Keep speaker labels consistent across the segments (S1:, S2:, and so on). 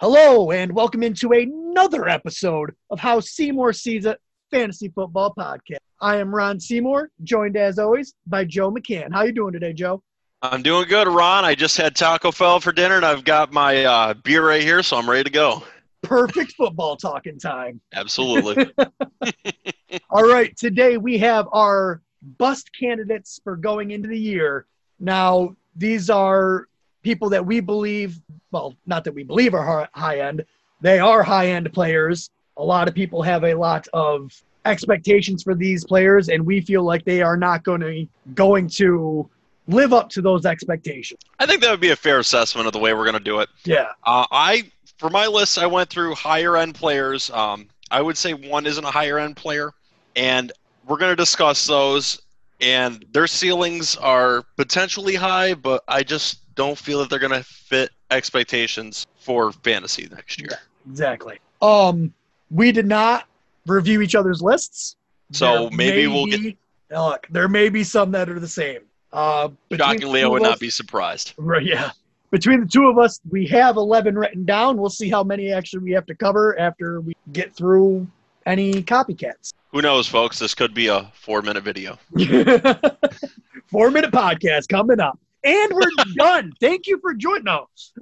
S1: Hello, and welcome into another episode of How Seymour Sees It Fantasy Football Podcast. I am Ron Seymour, joined as always by Joe McCann. How you doing today, Joe?
S2: I'm doing good, Ron. I just had Taco Bell for dinner, and I've got my uh, beer right here, so I'm ready to go.
S1: Perfect football talking time.
S2: Absolutely.
S1: All right, today we have our bust candidates for going into the year. Now, these are people that we believe, well, not that we believe are hi- high end, they are high end players. A lot of people have a lot of expectations for these players, and we feel like they are not going to going to live up to those expectations.
S2: I think that would be a fair assessment of the way we're going to do it.
S1: Yeah,
S2: Uh, I, for my list, I went through higher end players. Um, I would say one isn't a higher end player, and we're going to discuss those. And their ceilings are potentially high, but I just don't feel that they're going to fit expectations for fantasy next year.
S1: exactly. Um, we did not review each other's lists,
S2: So maybe we'll get-
S1: be- Look, there may be some that are the same. Uh, between
S2: Shockingly, I
S1: the
S2: would
S1: two of
S2: not
S1: us-
S2: be surprised.
S1: Right, yeah. Between the two of us, we have 11 written down. We'll see how many actually we have to cover after we get through any copycats.
S2: Who knows, folks? This could be a four minute video.
S1: Four minute podcast coming up. And we're done. Thank you for joining us.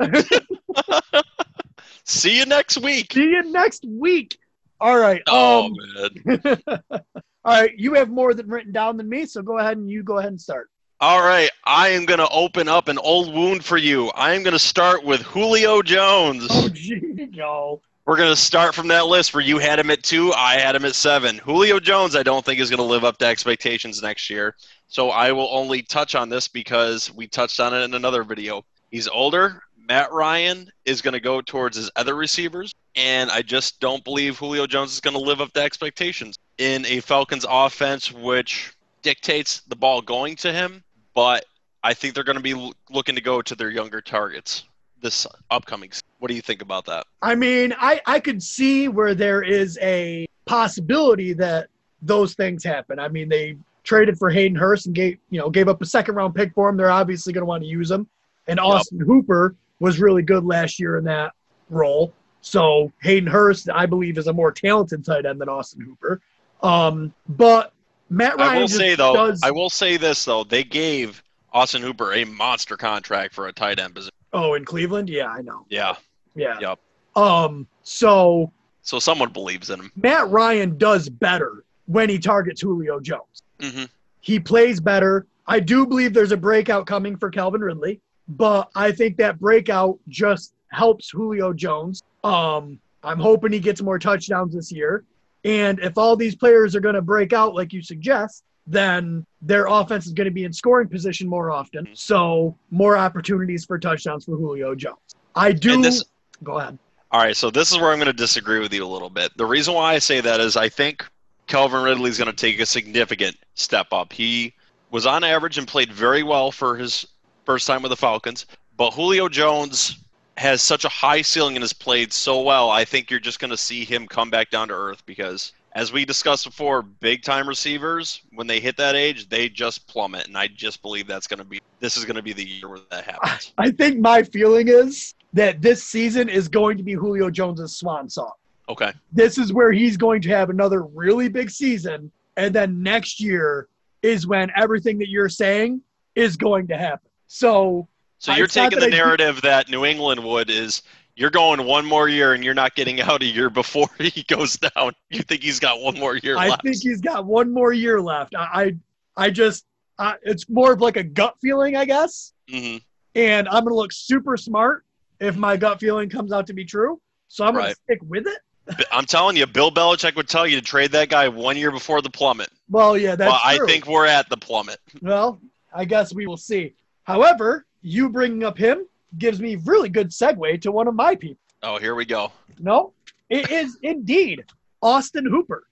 S2: See you next week.
S1: See you next week. All right.
S2: Oh,
S1: um,
S2: man.
S1: all right. You have more than written down than me, so go ahead and you go ahead and start.
S2: All right. I am going to open up an old wound for you. I am going to start with Julio Jones.
S1: Oh, gee, yo.
S2: We're going to start from that list where you had him at two, I had him at seven. Julio Jones, I don't think, is going to live up to expectations next year. So I will only touch on this because we touched on it in another video. He's older. Matt Ryan is going to go towards his other receivers. And I just don't believe Julio Jones is going to live up to expectations in a Falcons offense, which dictates the ball going to him. But I think they're going to be l- looking to go to their younger targets this upcoming. se- What do you think about that?
S1: I mean, I, I could see where there is a possibility that those things happen. I mean, they traded for Hayden Hurst and gave you know gave up a second round pick for him. They're obviously going to want to use him. And Austin Hooper was really good last year in that role. So Hayden Hurst, I believe, is a more talented tight end than Austin Hooper. Um, but Matt Ryan
S2: I will
S1: just
S2: say though,
S1: does.
S2: I will say this though, they gave Austin Hooper a monster contract for a tight end position.
S1: oh, in Cleveland, yeah, I know,
S2: Yeah,
S1: yeah.
S2: Yep.
S1: Um, so
S2: so someone believes in him.
S1: Matt Ryan does better when he targets Julio Jones.
S2: hmm
S1: He plays better. I do believe there's a breakout coming for Calvin Ridley, but I think that breakout just helps Julio Jones. Um, I'm hoping he gets more touchdowns this year. And if all these players are going to break out like you suggest, then their offense is going to be in scoring position more often. So more opportunities for touchdowns for Julio Jones. I do.
S2: And this-
S1: go ahead.
S2: All right, so this is where I'm going to disagree with you a little bit. The reason why I say that is I think Calvin Ridley is going to take a significant step up. He was on average and played very well for his first time with the Falcons, but Julio Jones has such a high ceiling and has played so well. I think you're just going to see him come back down to earth because, as we discussed before, big time receivers when they hit that age, they just plummet, and I just believe that's going to be this is going to be the year where that happens.
S1: I think my feeling is that this season is going to be Julio Jones' swan song.
S2: Okay,
S1: this is where he's going to have another really big season. And then next year is when everything that you're saying is going to happen. So,
S2: so
S1: Uh,
S2: you're
S1: it's not
S2: taking
S1: that
S2: the
S1: I do-
S2: narrative that New England would is. You're going one more year, and you're not getting out a year before he goes down. You think he's got one more year
S1: I
S2: left?
S1: think he's got one more year left. I, I, I just, I, it's more of like a gut feeling, I guess.
S2: hmm
S1: And I'm going to look super smart if my gut feeling comes out to be true. So I'm going
S2: Right.
S1: to stick with it.
S2: I'm telling you, Bill Belichick would tell you to trade that guy one year before the plummet.
S1: Well, yeah, that's
S2: Well, I
S1: true.
S2: think we're at the plummet.
S1: Well, I guess we will see. However, you bringing up him gives me really good segue to one of my people.
S2: Oh, here we go.
S1: No, it is indeed Austin Hooper.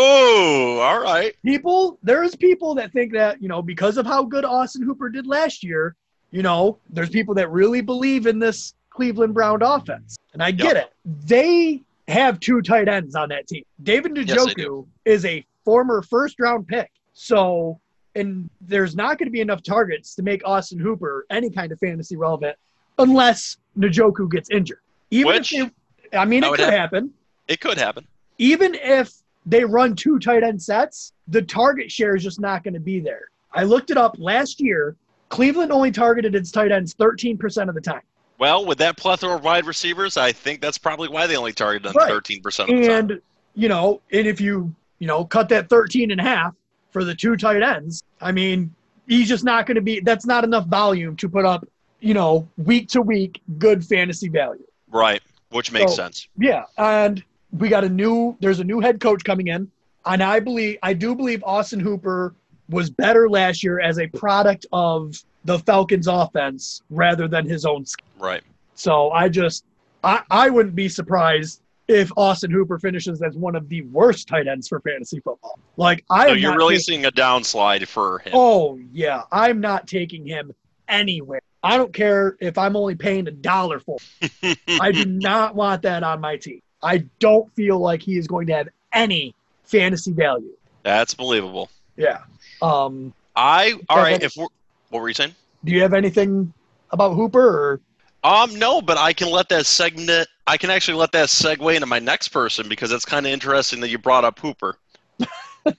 S2: Oh, all right.
S1: People, there's people that think that, you know, because of how good Austin Hooper did last year, you know, there's people that really believe in this Cleveland Brown offense. And I get it. They have two tight ends on that team. David
S2: Yes, they
S1: Njoku is a former first round pick. So, and there's not going to be enough targets to make Austin Hooper any kind of fantasy relevant unless Njoku gets injured. Even
S2: Which-
S1: if they, I mean,
S2: That
S1: it
S2: would
S1: could
S2: happen.
S1: happen.
S2: It could happen.
S1: Even if they run two tight end sets, the target share is just not going to be there. I looked it up last year. Cleveland only targeted its tight ends 13% of the time.
S2: Well, with that plethora of wide receivers, I think that's probably why they only targeted
S1: Right.
S2: them thirteen percent of the time.
S1: And, you know, and if you, you know, cut that 13 and a half for the two tight ends, I mean, he's just not going to be, that's not enough volume to put up, you know, week to week good fantasy value.
S2: Right, which makes
S1: So-
S2: sense.
S1: Yeah, and we got a new. There's a new head coach coming in, and I believe I do believe Austin Hooper was better last year as a product of the Falcons' offense rather than his own. sk-
S2: Right.
S1: So I just I I wouldn't be surprised if Austin Hooper finishes as one of the worst tight ends for fantasy football. Like I
S2: So
S1: am
S2: Oh, you're
S1: not
S2: really
S1: taking-
S2: seeing a downslide for him.
S1: oh yeah, I'm not taking him anywhere. I don't care if I'm only paying a dollar for. him. I do not want that on my team. I don't feel like he is going to have any fantasy value.
S2: That's believable.
S1: Yeah. Um,
S2: I all
S1: Yeah,
S2: right.
S1: but-
S2: If we're, what were you saying?
S1: do you have anything about Hooper? Or
S2: Um, no, but I can let that segment. I can actually let that segue into my next person because that's kind of interesting that you brought up Hooper.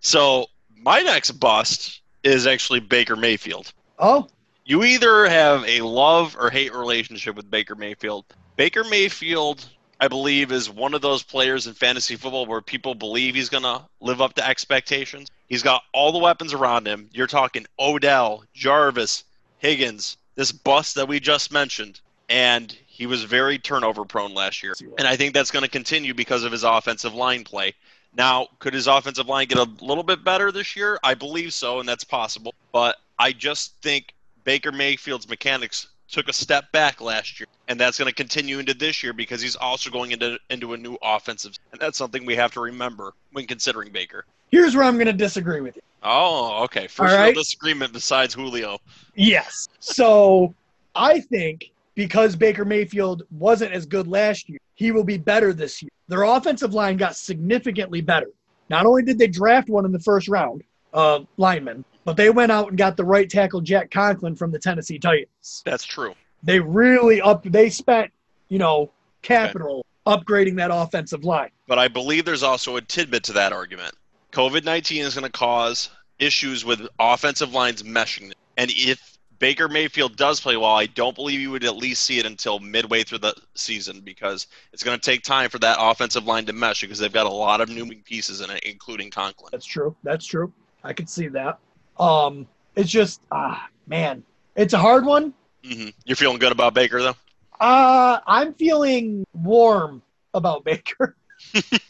S2: so my next bust is actually Baker Mayfield.
S1: oh,
S2: you either have a love or hate relationship with Baker Mayfield. Baker Mayfield, I believe, is one of those players in fantasy football where people believe he's going to live up to expectations. He's got all the weapons around him. You're talking Odell, Jarvis, Higgins, this bust that we just mentioned. And he was very turnover prone last year. And I think that's going to continue because of his offensive line play. Now, could his offensive line get a little bit better this year? I believe so, and that's possible. But I just think Baker Mayfield's mechanics took a step back last year, and that's going to continue into this year because he's also going into into a new offensive, and that's something we have to remember when considering Baker.
S1: here's where I'm going to disagree with you.
S2: Oh, okay. First
S1: All
S2: real
S1: right.
S2: disagreement besides Julio.
S1: Yes. So I think because Baker Mayfield wasn't as good last year, he will be better this year. Their offensive line got significantly better. Not only did they draft one in the first round, uh, lineman, but they went out and got the right tackle Jack Conklin from the Tennessee Titans.
S2: That's true.
S1: they really up they spent you know capital upgrading that offensive line
S2: But I believe there's also a tidbit to that argument. COVID 19 is going to cause issues with offensive lines meshing. And if Baker Mayfield does play well, I don't believe you would at least see it until midway through the season because it's going to take time for that offensive line to mesh because they've got a lot of new pieces in it, including Conklin.
S1: that's true that's true i could see that um it's just ah man it's a hard one
S2: hmm You're feeling good about Baker, though?
S1: uh i'm feeling warm about baker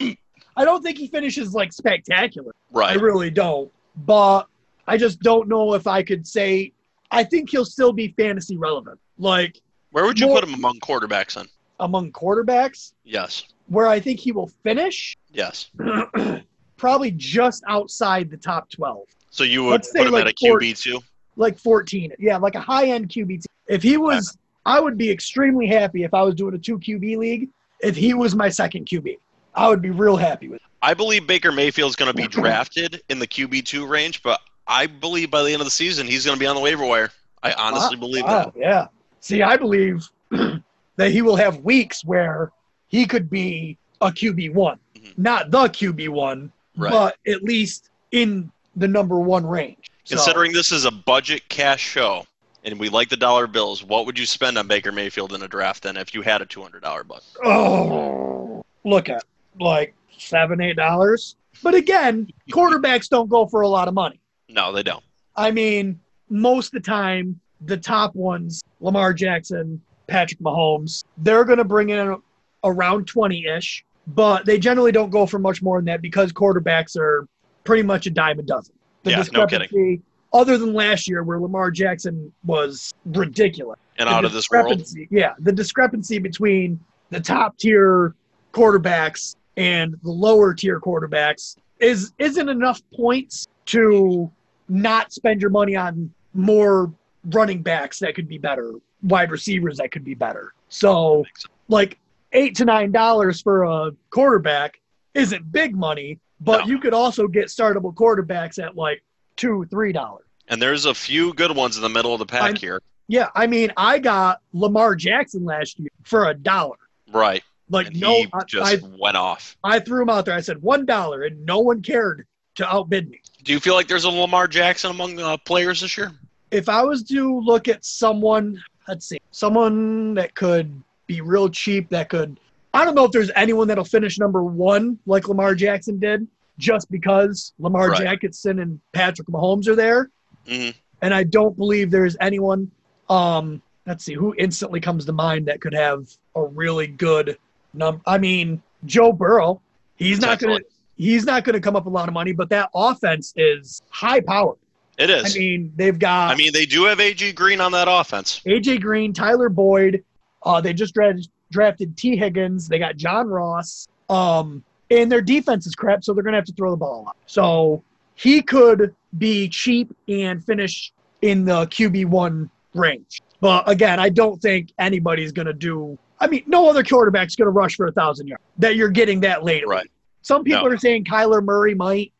S1: i don't think he finishes like spectacular i
S2: Right.
S1: really don't but i just don't know if i could say i think he'll still be fantasy relevant like
S2: Where would you
S1: More-
S2: put him among quarterbacks then?
S1: among quarterbacks
S2: Yes.
S1: where i think he will finish
S2: Yes.
S1: probably just outside the top 12,
S2: So you would
S1: Let's say
S2: put him
S1: like
S2: at a
S1: four-
S2: QB, too?
S1: like 14. Yeah, like a high end QB. If he was, I would be extremely happy if I was doing a two QB league. If he was my second QB, I would be real happy with it.
S2: I believe Baker Mayfield's going to be drafted in the QB2 range, but I believe by the end of the season, he's going to be on the waiver wire. I honestly believe
S1: Wow, yeah. See, I believe that he will have weeks where he could be a QB1,
S2: Mhm.
S1: not the QB1,
S2: Right.
S1: but at least in the number one range.
S2: that.
S1: So,
S2: Considering this is a budget cash show and we like the dollar bills, what would you spend on Baker Mayfield in a draft then if you had a $200 buck?
S1: oh, look at like seven, eight dollars. But again, quarterbacks don't go for a lot of money.
S2: No, they don't.
S1: I mean, most of the time, the top ones, Lamar Jackson, Patrick Mahomes, they're going to bring in around 20 ish, but they generally don't go for much more than that because quarterbacks are pretty much a dime a dozen. The
S2: Yeah, no kidding.
S1: discrepancy, other than last year where Lamar Jackson was ridiculous
S2: And
S1: the
S2: out of this world.
S1: discrepancy- Yeah, the discrepancy between the top tier quarterbacks and the lower tier quarterbacks is isn't enough points to not spend your money on more running backs that could be better, wide receivers that could be better. So, like eight to nine dollars for a quarterback isn't big money, but
S2: No.
S1: you could also get startable quarterbacks at like two, three dollars.
S2: And there's a few good ones in the middle of the pack
S1: I'm-
S2: here.
S1: Yeah, I mean, I got Lamar Jackson last year for a dollar.
S2: Right.
S1: Like
S2: and
S1: no,
S2: he
S1: I,
S2: just went off.
S1: I, I threw him out there. I said one dollar, and no one cared to outbid me.
S2: Do you feel like there's a Lamar Jackson among uh, players this year?
S1: If I was to look at someone, let's see, someone that could be real cheap, that could. I don't know if there's anyone that'll finish number one like Lamar Jackson did, just because Lamar
S2: Right.
S1: Jackson and Patrick Mahomes are there.
S2: hmm
S1: and I don't believe there's anyone. Um, let's see who instantly comes to mind that could have a really good number. I mean, Joe Burrow. He's not gonna. He's not gonna come up a lot of money, but that offense is high powered.
S2: It is.
S1: I mean, uh, they've got
S2: they do have AG Green on that offense.
S1: AJ Green, Tyler Boyd. Uh, they just dra- drafted T Higgins. They got John Ross. Um, and their defense is crap, so they're gonna have to throw the ball up. So he could be cheap and finish in the QB one range. But again, I don't think anybody's gonna do. I mean, no other quarterback's gonna rush for a thousand yards that you're getting that late.
S2: Right.
S1: Some people
S2: No.
S1: are saying Kyler Murray might,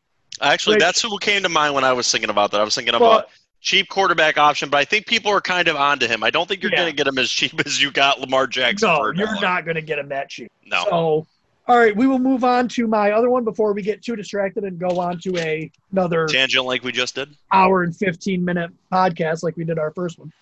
S2: Actually,
S1: Like-
S2: that's who came to mind when I was thinking about that. I was thinking about
S1: but
S2: cheap quarterback option, but I think people are kind of onto him. I don't think you're
S1: Yeah.
S2: going to get him as cheap as you got Lamar Jackson.
S1: no,
S2: for a
S1: you're
S2: dollar.
S1: not gonna get him that cheap.
S2: No.
S1: So, all right, we will move on to my other one before we get too distracted and go on to a, another
S2: Tangent like we just did.
S1: hour and 15 minute podcast like we did our first one.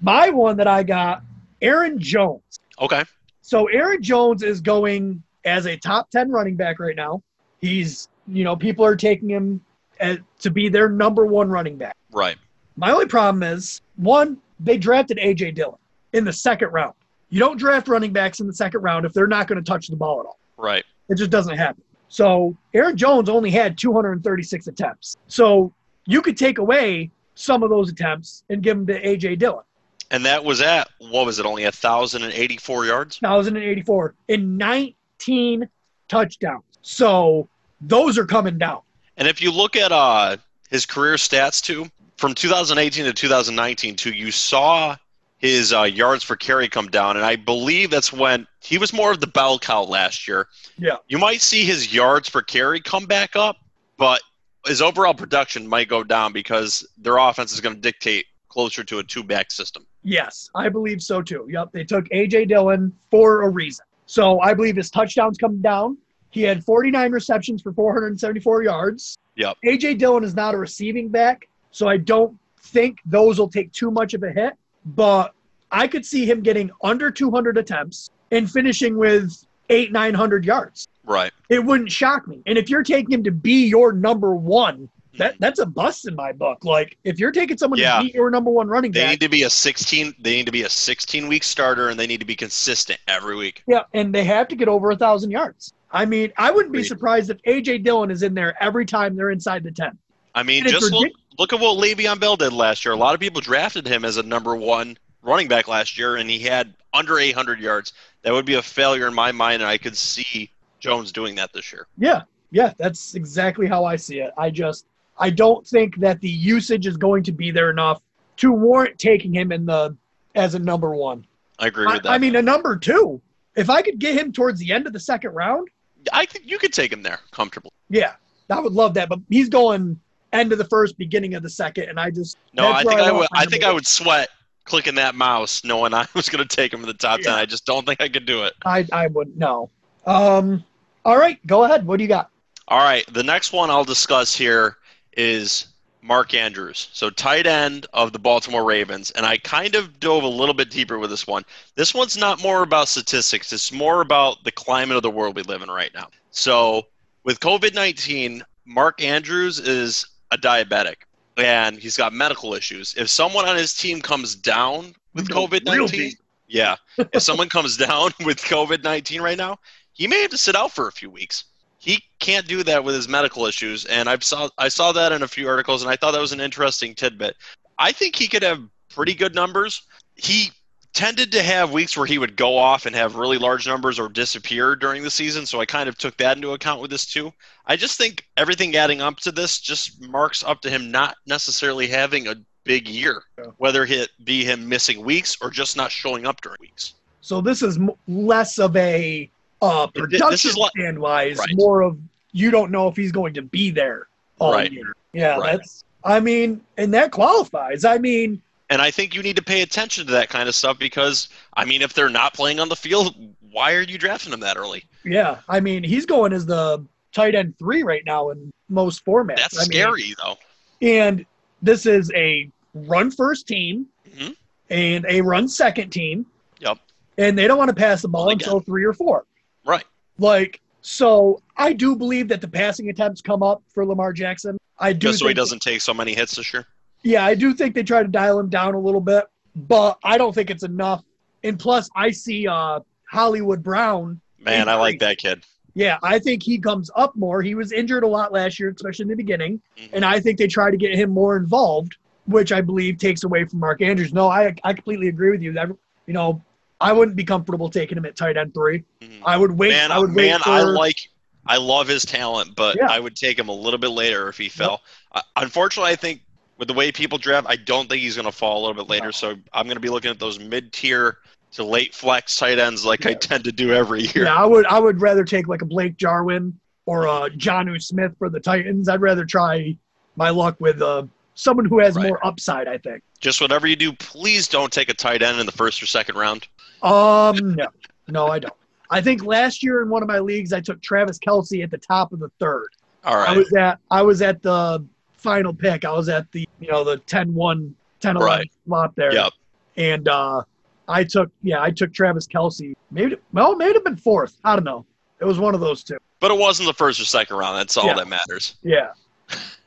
S1: My one that I got, Aaron Jones.
S2: okay.
S1: So, Aaron Jones is going as a top 10 running back right now. He's, you know, people are taking him as, to be their number one running back.
S2: Right.
S1: My only problem is one, they drafted A.J. Dillon in the second round. You don't draft running backs in the second round if they're not going to touch the ball at all.
S2: Right.
S1: It just doesn't happen. So Aaron Jones only had 236 attempts. So you could take away some of those attempts and give them to AJ Dillon,
S2: And that was at, what was it, only 1,084 yards?
S1: 1,084 and 19 touchdowns. So those are coming down.
S2: And if you look at uh, his career stats too, from 2018 to 2019 too, you saw his uh, yards for carry come down, and I believe that's when he was more of the bell cow last year.
S1: Yeah.
S2: you might see his yards per carry come back up, but his overall production might go down because their offense is going to dictate closer to a two-back system.
S1: Yes, I believe so too. Yep, they took AJ Dillon for a reason. So I believe his touchdowns come down. He had 49 receptions for 474 yards.
S2: Yep.
S1: AJ Dillon is not a receiving back, so I don't think those will take too much of a hit. But I could see him getting under 200 attempts and finishing with eight, 900 yards.
S2: Right.
S1: It wouldn't shock me. And if you're taking him to be your number one, that, that's a bust in my book. Like if you're taking someone
S2: Yeah.
S1: to be your number one running
S2: they
S1: back,
S2: need to be a 16. They need to be a 16-week starter, and they need to be consistent every week.
S1: Yeah, and they have to get over a thousand yards. I mean, I wouldn't be
S2: Agreed.
S1: surprised if AJ Dillon is in there every time they're inside the ten.
S2: I mean,
S1: And it's
S2: just look,
S1: ridic-
S2: look at what Le'Veon Bell did last year. A lot of people drafted him as a number one running back last year, and he had under 800 yards. That would be a failure in my mind, and I could see Jones doing that this year.
S1: Yeah, yeah, that's exactly how I see it. I just I don't think that the usage is going to be there enough to warrant taking him in the as a number one.
S2: I agree
S1: I,
S2: with that.
S1: I mean, a number two. If I could get him towards the end of the second round,
S2: I think you could take him there comfortably.
S1: yeah, I would love that. But he's going end of the first, beginning of the second, and I just
S2: No,
S1: That's
S2: I think
S1: where I
S2: I
S1: want
S2: would.
S1: my
S2: I think
S1: number
S2: I
S1: one.
S2: would sweat clicking that mouse, knowing I was going to take him in the top ten.
S1: Yeah.
S2: I just don't think I could do it.
S1: I I wouldn't know. Um, all right, go ahead. What do you got?
S2: All right, the next one I'll discuss here is Mark Andrews. So tight end of the Baltimore Ravens, and I kind of dove a little bit deeper with this one. This one's not more about statistics, it's more about the climate of the world we live in right now. So with COVID-19, Mark Andrews is a diabetic and he's got medical issues. If someone on his team comes down with
S1: No, real
S2: COVID-19,
S1: deep.
S2: yeah, if someone comes down with COVID-19 right now, he may have to sit out for a few weeks he can't do that with his medical issues and i saw i saw that in a few articles and i thought that was an interesting tidbit i think he could have pretty good numbers he tended to have weeks where he would go off and have really large numbers or disappear during the season so i kind of took that into account with this too i just think everything adding up to this just marks up to him not necessarily having a big year
S1: Yeah.
S2: whether it be him missing weeks or just not showing up during weeks
S1: So this is m- less of a uh,
S2: Th-
S1: production
S2: this is like-
S1: stand wise,
S2: Right.
S1: more of you don't know if he's going to be there all
S2: Right.
S1: year. Yeah,
S2: Right.
S1: that's. I mean, and that qualifies. I mean,
S2: And I think you need to pay attention to that kind of stuff because, I mean, if they're not playing on the field, why are you drafting them that early?
S1: Yeah, I mean, he's going as the tight end three right now in most formats.
S2: That's
S1: I mean,
S2: scary, though.
S1: and this is a run first team
S2: Mhm.
S1: and a run second team.
S2: Yep.
S1: And they don't want to pass the ball
S2: Well, again.
S1: until three or four.
S2: Right.
S1: Like, so I do believe that the passing attempts come up for Lamar Jackson. I do.
S2: Just so he
S1: think-
S2: doesn't take so many hits this year.
S1: yeah, I do think they try to dial him down a little bit, but I don't think it's enough. And plus, I see uh, Hollywood Brown.
S2: Man, I like that kid.
S1: Yeah, I think he comes up more. He was injured a lot last year, especially in the beginning.
S2: Mhm.
S1: And I think they try to get him more involved, which I believe takes away from Mark Andrews. No, I, I completely agree with you. That you know, I wouldn't be comfortable taking him at tight end three.
S2: Mhm.
S1: I would wait.
S2: man,
S1: I would
S2: man,
S1: wait for.
S2: I like, I love his talent, but
S1: Yeah.
S2: I would take him a little bit later if he fell. Uh, unfortunately, I think with the way people draft, I don't think he's going to fall a little bit later.
S1: No.
S2: So I'm going to be looking at those mid-tier to late flex tight ends, like I
S1: Yeah.
S2: tend to do every year.
S1: yeah, I would. I would rather take like a Blake Jarwin or a Johnu Smith for the Titans. I'd rather try my luck with uh, someone who has
S2: Right.
S1: more upside. I think.
S2: Just whatever you do, please don't take a tight end in the first or second round.
S1: Um, no, no, I don't. I think last year in one of my leagues, I took Travis Kelsey at the top of the third.
S2: All
S1: I
S2: right,
S1: was at I was at the final pick. I was at the you know the 10-1, 10-11
S2: Right.
S1: slot there.
S2: Yep.
S1: And uh, I took yeah I took Travis Kelsey. Maybe well maybe have been fourth. I don't know. It was one of those two.
S2: but it wasn't the first or second round. That's all
S1: Yeah.
S2: that matters.
S1: Yeah.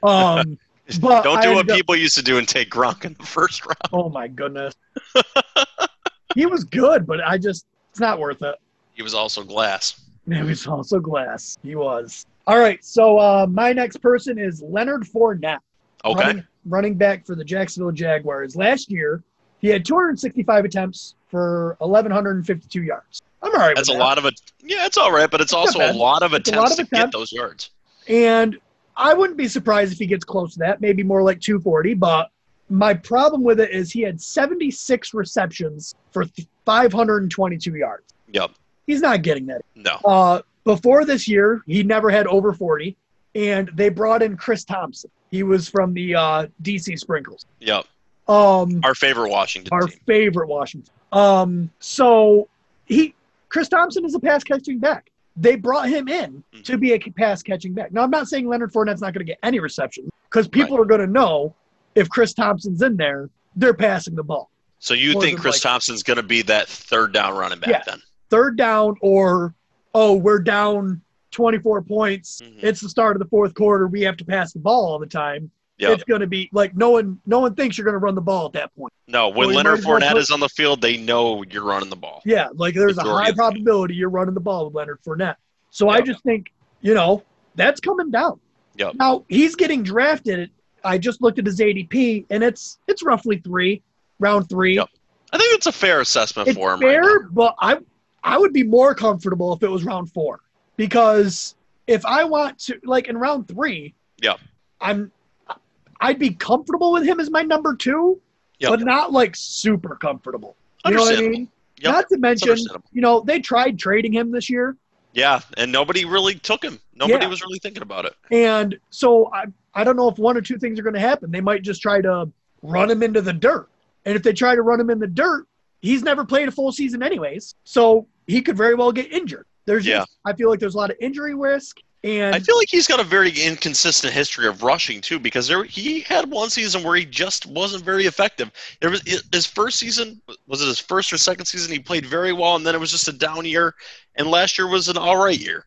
S1: Um. But
S2: don't
S1: I
S2: do what
S1: ended up-
S2: people used to do and take Gronk in the first round.
S1: oh my goodness. he was good, but I just it's not worth it.
S2: He was also glass.
S1: It was also glass. He was. All right. So uh, my next person is Leonard Fournette.
S2: Okay,
S1: running, running back for the Jacksonville Jaguars. Last year, he had 265 attempts for 1,152 yards. I'm all right
S2: that's a
S1: with that.
S2: lot of a yeah. It's all right, but it's
S1: not
S2: also a
S1: bad.
S2: lot of
S1: It's a
S2: attempts
S1: lot of
S2: to get
S1: attempts.
S2: those yards.
S1: And I wouldn't be surprised if he gets close to that, maybe more like 240. But my problem with it is he had 76 receptions for th- 522 yards.
S2: Yep.
S1: He's not getting that.
S2: No.
S1: Uh, before this year, he never had over 40. And they brought in Chris Thompson. He was from the uh, DC Sprinkles.
S2: Yep.
S1: Um,
S2: Our favorite Washington
S1: our
S2: team.
S1: favorite Washington. Um, so he Chris Thompson is a pass catching back. They brought him in
S2: Mhm.
S1: to be a pass catching back. Now I'm not saying Leonard Fournette's not going to get any reception because people are going to know if Chris Thompson's in there, they're passing the ball.
S2: So you
S1: more
S2: think
S1: than
S2: Chris
S1: likely.
S2: Thompson's going to be that third down running back
S1: Yeah.
S2: then?
S1: Third down or oh we're down 24 points.
S2: Mhm.
S1: It's the start of the fourth quarter. We have to pass the ball all the time.
S2: Yep.
S1: It's going to be like no one no one thinks you're going to run the ball at that point.
S2: No, when
S1: Well, he
S2: Leonard
S1: might as well
S2: Fournette
S1: put-
S2: is on the field, they know you're running the ball.
S1: Yeah, like there's a
S2: Majority
S1: high
S2: of the game.
S1: probability you're running the ball with Leonard Fournette. So I
S2: Yep.
S1: just think, you know, that's coming down.
S2: Yep.
S1: Now he's getting drafted. I just looked at his ADP, and it's it's roughly three, round three.
S2: Yep, I think it's a fair assessment
S1: It's
S2: for him.
S1: fair,
S2: Right now.
S1: but I I would be more comfortable if it was round four because if I want to like in round three,
S2: Yep.
S1: I'm I'd be comfortable with him as my number two,
S2: Yep.
S1: but not like super comfortable. You know what I
S2: Understandable.
S1: mean?
S2: Yep.
S1: Not to
S2: It's
S1: mention,
S2: understandable.
S1: you know, they tried trading him this year,
S2: Yeah, and nobody really took him. Nobody
S1: Yeah.
S2: was really thinking about it.
S1: and so I I don't know if one or two things are going to happen. They might just try to run him into the dirt, and if they try to run him in the dirt, he's never played a full season anyways, so he could very well get injured. There's
S2: Yeah.
S1: just, I feel like there's a lot of injury risk, and
S2: I feel like he's got a very inconsistent history of rushing too, because there he had one season where he just wasn't very effective. There was his first season was it his first or second season? He played very well, and then it was just a down year. And last year was an all right year.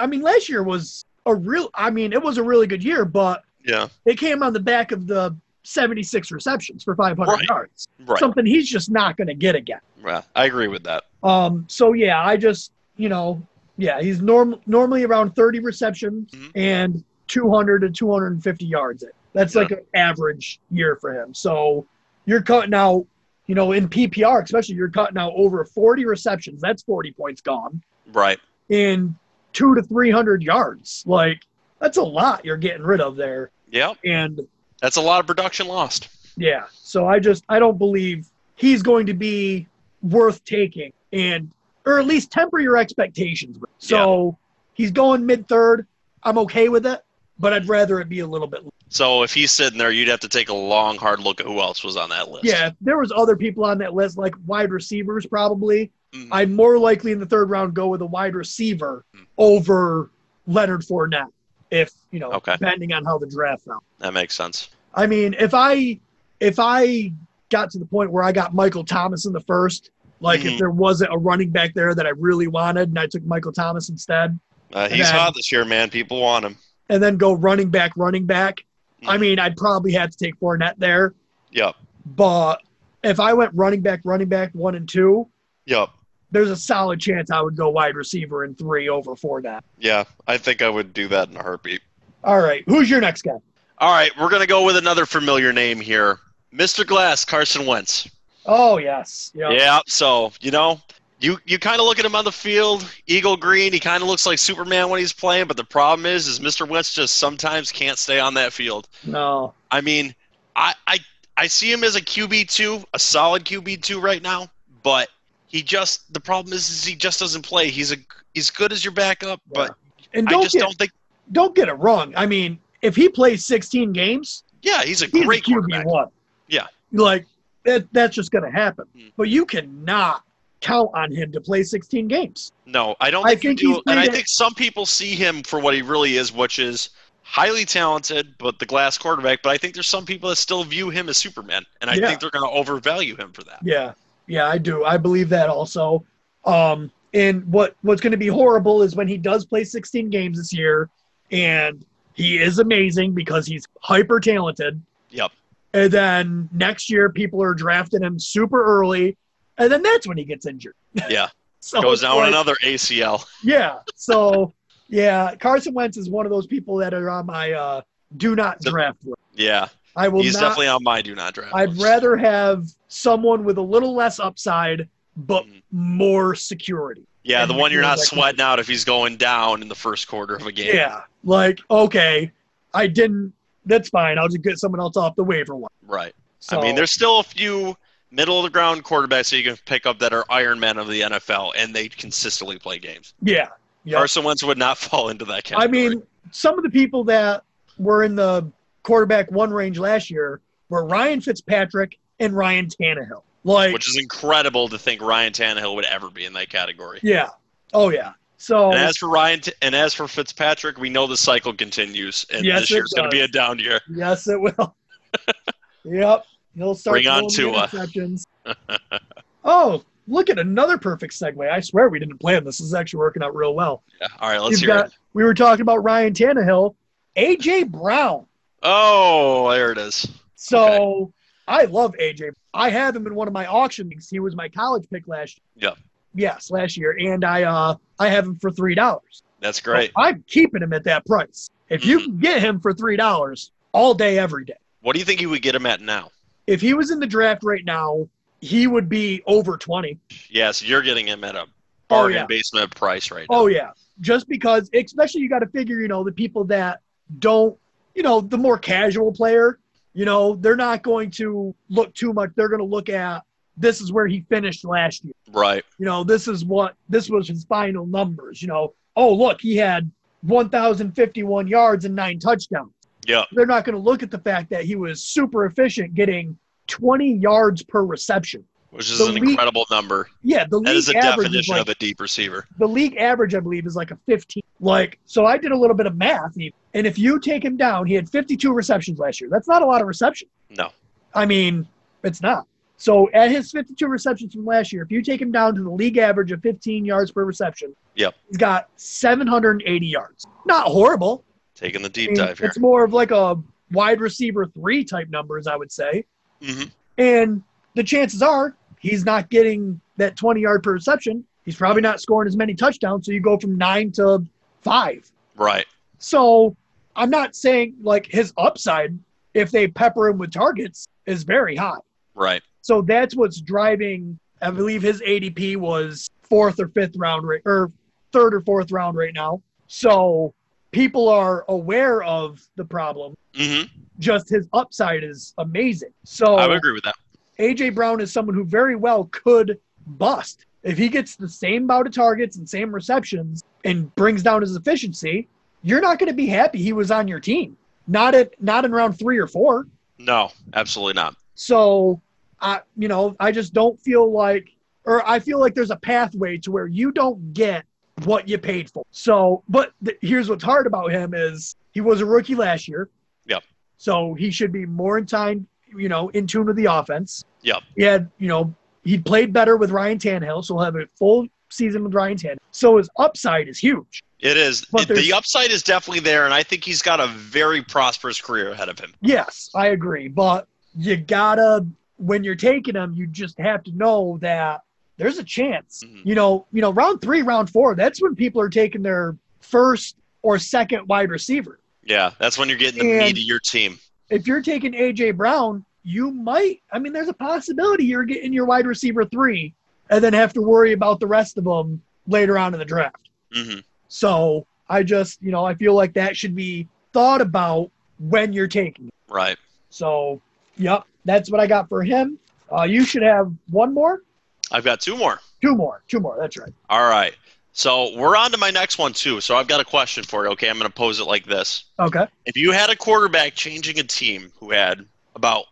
S1: I mean last year was a real I mean it was a really good year, but
S2: Yeah,
S1: they came on the back of the 76 receptions for 500
S2: Right.
S1: yards,
S2: right.
S1: something he's just not going to get again.
S2: Yeah, I agree with that.
S1: Um, so yeah, I just you know, yeah, he's norm normally around 30 receptions
S2: Mhm.
S1: and 200 to 250 yards. It that's
S2: Yeah.
S1: like an average year for him. So you're cutting out, you know, in PPR especially, you're cutting out over 40 receptions. That's 40 points gone
S2: Right.
S1: in two to 300 yards. Like that's a lot you're getting rid of there.
S2: Yeah,
S1: And
S2: that's a lot of production lost.
S1: yeah. So I just I don't believe he's going to be worth taking and or at least temper your expectations. So he's going mid third. I'm okay with it. but I'd rather it be a little bit.
S2: So if he's sitting there, you'd have to take a long, hard look at who else was on that list.
S1: Yeah, if there was other people on that list, like wide receivers, probably.
S2: Mhm.
S1: I'm more likely in the third round go with a wide receiver over Leonard Fournette, if you know,
S2: Okay.
S1: depending on how the draft fell.
S2: That makes sense.
S1: I mean, if I if I got to the point where I got Michael Thomas in the first, like
S2: Mhm.
S1: if there wasn't a running back there that I really wanted, and I took Michael Thomas instead,
S2: Uh,
S1: And
S2: he's
S1: then-
S2: hot this year, man. People want him.
S1: and then go running back, running back. I
S2: Mhm.
S1: mean, I'd probably have to take Fournette there,
S2: Yep.
S1: but if I went running back, running back one and two,
S2: Yep.
S1: there's a solid chance I would go wide receiver in three over Fournette.
S2: Yeah. I think I would do that in a heartbeat.
S1: All right, who's your next guy?
S2: All right. We're going to go with another familiar name here Mr. Glass, Carson Wentz.
S1: Oh yes, yeah.
S2: Yeah. So, you know, you, you kind of look at him on the field, Eagle Green. He kind of looks like Superman when he's playing, but the problem is, is Mr. Wentz just sometimes can't stay on that field.
S1: No,
S2: I mean, I I, I see him as a QB two, a solid QB two right now, but he just the problem is, is he just doesn't play. He's a he's good as your backup, but
S1: and
S2: I
S1: don't
S2: just
S1: get
S2: don't think.
S1: don't get it wrong. I mean, if he plays 16 games,
S2: Yeah, he's a
S1: he's
S2: great
S1: a QB
S2: quarterback.
S1: one.
S2: Yeah.
S1: like that. That's just going to happen.
S2: Mm.
S1: But you cannot count on him to play 16 games.
S2: No, I don't
S1: I
S2: think, you
S1: think
S2: do.
S1: he's
S2: And I
S1: made it-
S2: think some people see him for what he really is, which is highly talented, but the glass quarterback. But I think there's some people that still view him as Superman, and I
S1: Yeah.
S2: think they're going to overvalue him for that.
S1: Yeah, yeah, I do. I believe that also. Um, and what what's going to be horrible is when he does play 16 games this year, and he is amazing because he's hyper talented.
S2: Yep.
S1: And then next year, people are drafting him super early, and then that's when he gets injured.
S2: Yeah.
S1: so
S2: Goes
S1: it's
S2: down
S1: like-
S2: another ACL.
S1: Yeah. So yeah, Carson Wentz is one of those people that are on my uh, do not
S2: The-
S1: draft list.
S2: Yeah,
S1: I will
S2: he's
S1: not.
S2: definitely on my do not draft.
S1: I'd
S2: list.
S1: rather have someone with a little less upside but
S2: Mhm.
S1: more security.
S2: Yeah,
S1: And
S2: the
S1: we
S2: one you're
S1: feel
S2: not
S1: like-
S2: sweating out if he's going down in the first quarter of a game.
S1: Yeah. Like okay, I didn't. That's fine. I'll just get someone else off the waiver one.
S2: Right.
S1: So
S2: I mean, there's still a few middle of the ground quarterbacks that you can pick up that are Iron Men of the NFL and they consistently play games.
S1: yeah. Yeah.
S2: Carson Wentz would not fall into that
S1: I
S2: category.
S1: mean, some of the people that were in the quarterback one range last year were Ryan Fitzpatrick and Ryan Tannehill. Like
S2: which is incredible to think Ryan Tannehill would ever be in that category.
S1: Yeah. Oh yeah. So
S2: And as for Ryan T- and as for Fitzpatrick, we know the cycle continues, and
S1: Yes,
S2: this
S1: it
S2: year's going to be a
S1: does.
S2: down year.
S1: yes, it will. yep. He'll start.
S2: Bring on
S1: throwing
S2: Tua.
S1: interceptions. oh, look at another perfect segue. I swear we didn't plan this. This is actually working out real well.
S2: Yeah. All right, let's
S1: You've
S2: hear
S1: got-
S2: it.
S1: We were talking about Ryan Tannehill, AJ Brown.
S2: Oh, there it is.
S1: So I love AJ. I have him in one of my auctions. He was my college pick last.
S2: Yeah.
S1: Yes, last year, and I uh I have him for three dollars.
S2: That's great.
S1: I'm keeping him at that price. If you
S2: Mhm.
S1: can get him for three dollars all day, every day.
S2: What do you think he would get him at now?
S1: if he was in the draft right now, he would be over 20.
S2: Yes, you're getting him at a
S1: Oh,
S2: bargain
S1: yeah.
S2: basement price right now.
S1: Oh, yeah. Just because, especially you got to figure, you know, the people that don't, you know, the more casual player, you know, they're not going to look too much. They're going to look at this is where he finished last year.
S2: Right.
S1: You know, this is what, this was his final numbers. You know, oh, look, he had 1,051 yards and nine touchdowns.
S2: Yeah.
S1: They're not going to look at the fact that he was super efficient getting 20 yards per reception.
S2: Which is
S1: The
S2: an
S1: week-
S2: incredible number.
S1: Yeah, the
S2: That
S1: league
S2: is a
S1: average is
S2: definition
S1: like,
S2: of a deep receiver.
S1: the league average, I believe, is like a 15. Like, so I did a little bit of math, even. and if you take him down, he had 52 receptions last year. That's not a lot of receptions.
S2: No.
S1: I mean, it's not. So at his 52 receptions from last year, if you take him down to the league average of 15 yards per reception,
S2: Yep.
S1: he's got 780 yards. Not horrible.
S2: Taking the
S1: I
S2: deep
S1: mean,
S2: dive here.
S1: It's more of like a wide receiver three type numbers, I would say.
S2: hmm
S1: And the chances are he's not getting that 20 yard per reception. He's probably not scoring as many touchdowns. So you go from nine to five.
S2: Right.
S1: So I'm not saying like his upside, if they pepper him with targets, is very high.
S2: Right.
S1: So that's what's driving. I believe his ADP was fourth or fifth round, right, or third or fourth round right now. So people are aware of the problem.
S2: hmm
S1: Just his upside is amazing. So
S2: I would agree with that.
S1: AJ Brown is someone who very well could bust. If he gets the same bout of targets and same receptions and brings down his efficiency, you're not going to be happy he was on your team. Not at not in round three or four.
S2: No, absolutely not.
S1: So, I you know I just don't feel like, or I feel like there's a pathway to where you don't get what you paid for. So, but th- here's what's hard about him is he was a rookie last year.
S2: Yep.
S1: So he should be more in time, you know, in tune with the offense.
S2: Yep.
S1: He had, you know, he played better with Ryan Tannehill, so he'll have a full season with Ryan Tannehill. So his upside is huge.
S2: It is.
S1: But
S2: It-
S1: there's-
S2: the upside is definitely there, and I think he's got a very prosperous career ahead of him.
S1: Yes, I agree. But you gotta when you're taking them, you just have to know that there's a chance.
S2: Mhm.
S1: You know, you know, round three, round four, that's when people are taking their first or second wide receiver.
S2: Yeah, that's when you're getting the
S1: And-
S2: meat of your team.
S1: If you're taking AJ Brown, you might I mean there's a possibility you're getting your wide receiver three and then have to worry about the rest of them later on in the draft.
S2: hmm
S1: So I just, you know, I feel like that should be thought about when you're taking it.
S2: Right.
S1: So, yep, that's what I got for him. Uh, you should have one more,
S2: I've got two more.
S1: two more, two more. That's right.
S2: All right. So we're on to my next one too. So I've got a question for you. Okay, I'm going to pose it like this:
S1: Okay.
S2: If you had a quarterback changing a team who had about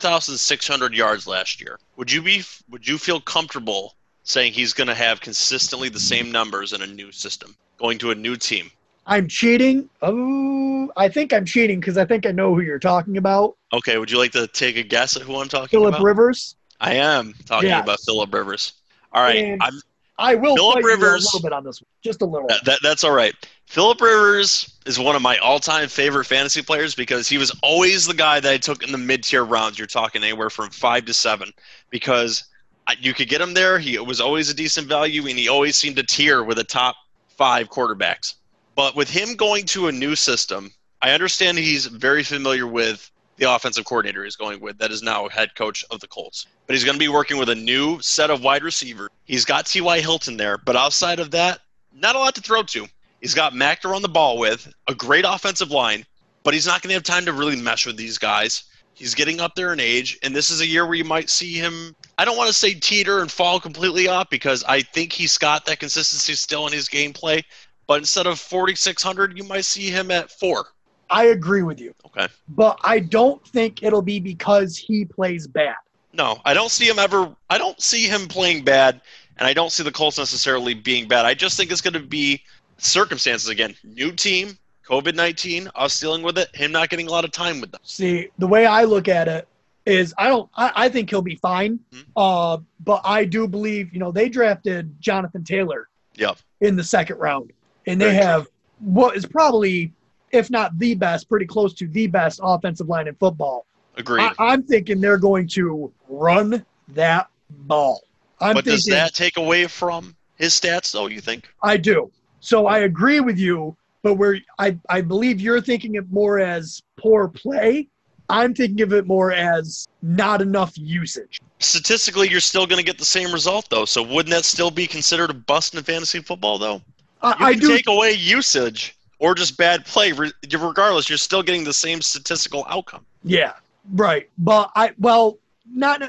S2: 4,600 yards last year, would you be? Would you feel comfortable saying he's going to have consistently the same numbers in a new system, going to a new team?
S1: I'm cheating. Oh, I think I'm cheating because I think I know who you're talking about.
S2: Okay. Would you like to take a guess at who I'm talking
S1: Philip
S2: about?
S1: Rivers.
S2: I am talking
S1: Yes.
S2: about Philip Rivers. All right.
S1: And-
S2: I'm,
S1: I will
S2: Phillip
S1: fight you
S2: Rivers.
S1: a little bit on this one, just a little.
S2: that, that, that's all right. Philip Rivers is one of my all-time favorite fantasy players because he was always the guy that I took in the mid-tier rounds. You're talking anywhere from five to seven because I, you could get him there. He was always a decent value, and he always seemed to tier with the top five quarterbacks. But with him going to a new system, I understand he's very familiar with the offensive coordinator he's going with that is now head coach of the Colts. But he's going to be working with a new set of wide receivers. He's got T.Y. Hilton there, but outside of that, not a lot to throw to. He's got Mack to run the ball with, a great offensive line, but he's not going to have time to really mesh with these guys. He's getting up there in age, and this is a year where you might see him. I don't want to say teeter and fall completely off because I think he's got that consistency still in his gameplay. But instead of 4,600, you might see him at four.
S1: I agree with you,
S2: Okay.
S1: but I don't think it'll be because he plays bad.
S2: No, I don't see him ever. I don't see him playing bad, and I don't see the Colts necessarily being bad. I just think it's going to be circumstances again. New team, COVID 19, us dealing with it, him not getting a lot of time with them.
S1: See, the way I look at it is I don't I, I think he'll be fine.
S2: Mhm.
S1: Uh, but I do believe, you know, they drafted Jonathan Taylor
S2: Yep.
S1: in the second round. And they
S2: Very true.
S1: have what is probably, if not the best, pretty close to the best offensive line in football.
S2: Agreed.
S1: I, I'm thinking they're going to run that ball. I'm
S2: but
S1: thinking
S2: does that take away from his stats, though, you think?
S1: I do. So I agree with you, but where I, I believe you're thinking it more as poor play. I'm thinking of it more as not enough usage.
S2: Statistically, you're still going to get the same result, though. So wouldn't that still be considered a bust in fantasy football, though?
S1: I,
S2: You
S1: I
S2: can
S1: do.
S2: take away usage or just bad play. Re- regardless, you're still getting the same statistical outcome.
S1: yeah, right. But I well, not.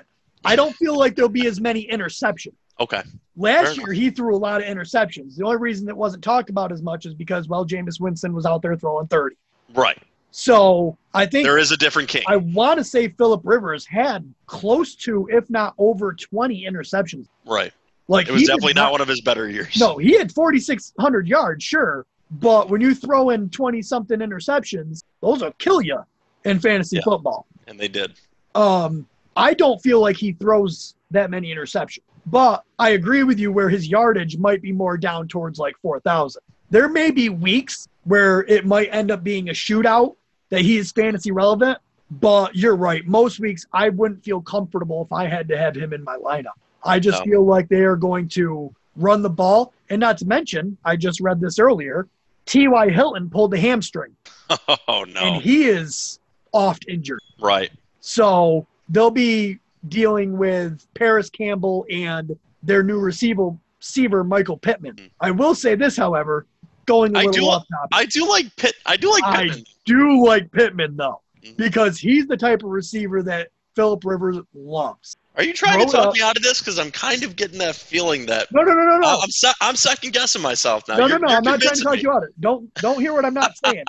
S1: I don't feel like there'll be as many interceptions.
S2: Okay. Fair
S1: Last
S2: enough.
S1: year he threw a lot of interceptions. The only reason that wasn't talked about as much is because well, Jameis Winston was out there throwing thirty.
S2: Right.
S1: So I think
S2: There is a different king.
S1: I want to say Philip Rivers had close to, if not over, twenty interceptions.
S2: Right.
S1: Like
S2: It was
S1: he did
S2: definitely not one of his better years.
S1: No, he had 4,600 yards, sure. But when you throw in 20 something interceptions, those will kill you in fantasy
S2: Yeah.
S1: football.
S2: And they did.
S1: Um, I don't feel like he throws that many interceptions. But I agree with you where his yardage might be more down towards like 4,000. There may be weeks where it might end up being a shootout that he is fantasy relevant. But you're right. Most weeks, I wouldn't feel comfortable if I had to have him in my lineup. I just
S2: No.
S1: feel like they are going to run the ball. And not to mention, I just read this earlier T.Y. Hilton pulled the hamstring,
S2: Oh, no.
S1: and he is oft injured.
S2: right.
S1: So they'll be dealing with Paris Campbell and their new receiver, receiver Michael Pittman. I will say this, however, going a
S2: Mm-hmm. I
S1: little
S2: do-
S1: off topic.
S2: I do like Pitt. I do like
S1: I-
S2: Pittman.
S1: do like Pittman though,
S2: Mhm.
S1: because he's the type of receiver that Philip Rivers loves.
S2: Are you trying
S1: Throw
S2: to
S1: it
S2: talk
S1: up.
S2: me out of this? Because I'm kind of getting that feeling that
S1: No, no, no, no, no.
S2: I- I'm se- I'm second guessing myself now.
S1: No,
S2: You're-
S1: no, no.
S2: you're
S1: I'm not trying to
S2: convincing
S1: talk
S2: me.
S1: you out of it. Don't don't hear what I'm not saying.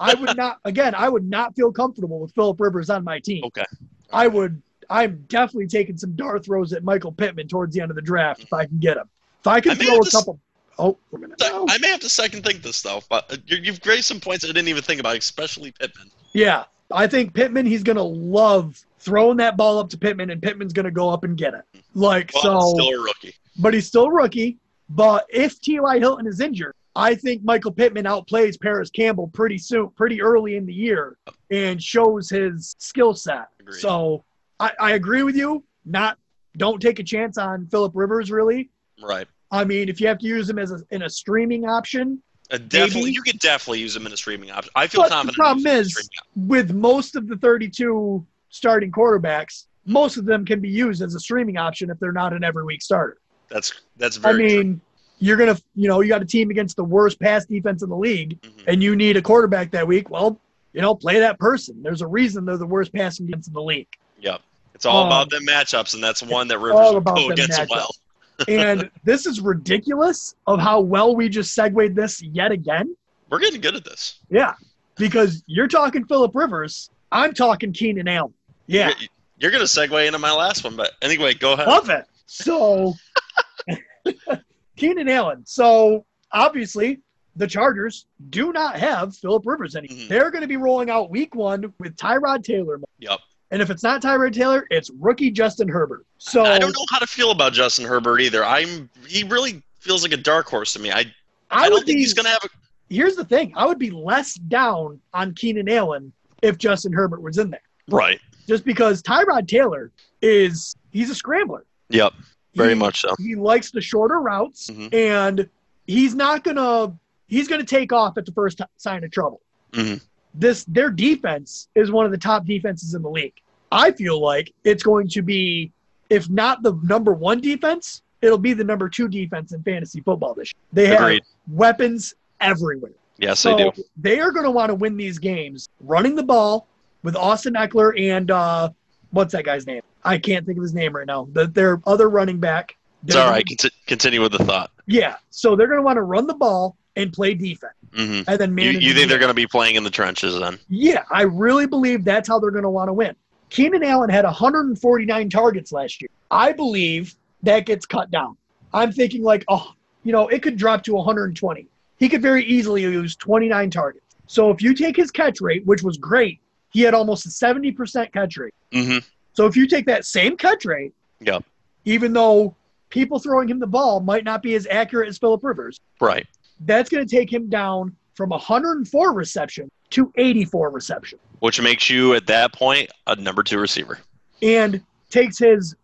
S1: I would not again, I would not feel comfortable with Philip Rivers on my team.
S2: Okay.
S1: I would I'm definitely taking some dart throws at Michael Pittman towards the end of the draft if I can get him. If I
S2: I
S1: can
S2: may
S1: throw
S2: have
S1: a
S2: to s-
S1: couple Oh, wait a minute.
S2: Sec- I may have to second think this though. But uh, you- you've raised some points I didn't even think about, especially Pittman.
S1: Yeah. I think Pittman he's gonna love throwing that ball up to Pittman and Pittman's gonna go up and get it. Like
S2: But
S1: so
S2: still a rookie.
S1: but he's still a rookie. But if T.Y. Hilton is injured, I think Michael Pittman outplays Paris Campbell pretty soon, pretty early in the year, and shows his skill set.
S2: Agreed.
S1: So I, I agree with you. Not don't take a chance on Philip Rivers. Really,
S2: Right.
S1: I mean, if you have to use him as a, in a streaming option,
S2: Uh, definitely,
S1: Maybe.
S2: you could definitely use him in a streaming option. I feel
S1: But the
S2: confident.
S1: problem
S2: in
S1: is-
S2: streaming option.
S1: with most of the 32 starting quarterbacks, most of them can be used as a streaming option if they're not an every week starter.
S2: that's that's
S1: I
S2: very.
S1: mean, you're gonna, you know, you got a team against the worst pass defense in the league.
S2: true. Mhm.
S1: and you need a quarterback that week, well, you know, play that person. There's a reason they're the worst passing defense in the league.
S2: Yep. It's all
S1: Um,
S2: about them matchups, and that's one that Rivers
S1: all
S2: will
S1: about
S2: go
S1: them
S2: against
S1: matchups.
S2: well.
S1: And this is ridiculous of how well we just segued this yet again.
S2: We're getting good at this.
S1: Yeah, because you're talking Philip Rivers, I'm talking Keenan Allen. Yeah,
S2: You're, you're going to segue into my last one, but anyway, go ahead.
S1: love it. So Keenan Allen. So obviously. The Chargers do not have Philip Rivers anymore.
S2: Mhm.
S1: They're going to be rolling out week one with Tyrod Taylor.
S2: Yep.
S1: And if it's not Tyrod Taylor, it's rookie Justin Herbert. So
S2: I don't know how to feel about Justin Herbert either. I'm he really feels like a dark horse to me. I I,
S1: I,
S2: don't
S1: would
S2: think
S1: be.
S2: he's going to have a
S1: here's the thing: I would be less down on Keenan Allen if Justin Herbert was in there,
S2: right.
S1: just because Tyrod Taylor is he's a scrambler.
S2: Yep,
S1: He-
S2: much so.
S1: He likes the shorter routes,
S2: Mhm.
S1: and he's not gonna he's gonna take off at the first t- sign of trouble.
S2: Mhm.
S1: This their defense is one of the top defenses in the league. I feel like it's going to be, if not the number one defense, it'll be the number two defense in fantasy football this year. They have
S2: Agreed.
S1: weapons everywhere.
S2: Yes,
S1: So they are going to want to win these games running the ball with Austin Eckler and uh, what's that guy's name? I can't think of his name right now. The, their other running back.
S2: It's all right. Conti- continue with the thought.
S1: Yeah. So they're going to want to run the ball and play defense,
S2: hmm
S1: and then
S2: You,
S1: manage.
S2: you think
S1: the
S2: they're going to be playing in the trenches then?
S1: Yeah, I really believe that's how they're going to want to win. Keenan Allen had 149 targets last year. I believe that gets cut down. I'm thinking like, oh, you know, it could drop to 120. He could very easily lose 29 targets. So if you take his catch rate, which was great, he had almost a 70% catch rate.
S2: hmm
S1: So if you take that same catch rate,
S2: Yep.
S1: even though people throwing him the ball might not be as accurate as Philip Rivers,
S2: Right.
S1: that's going to take him down from 104 reception to 84 reception.
S2: Which makes you at that point a number two receiver.
S1: and takes his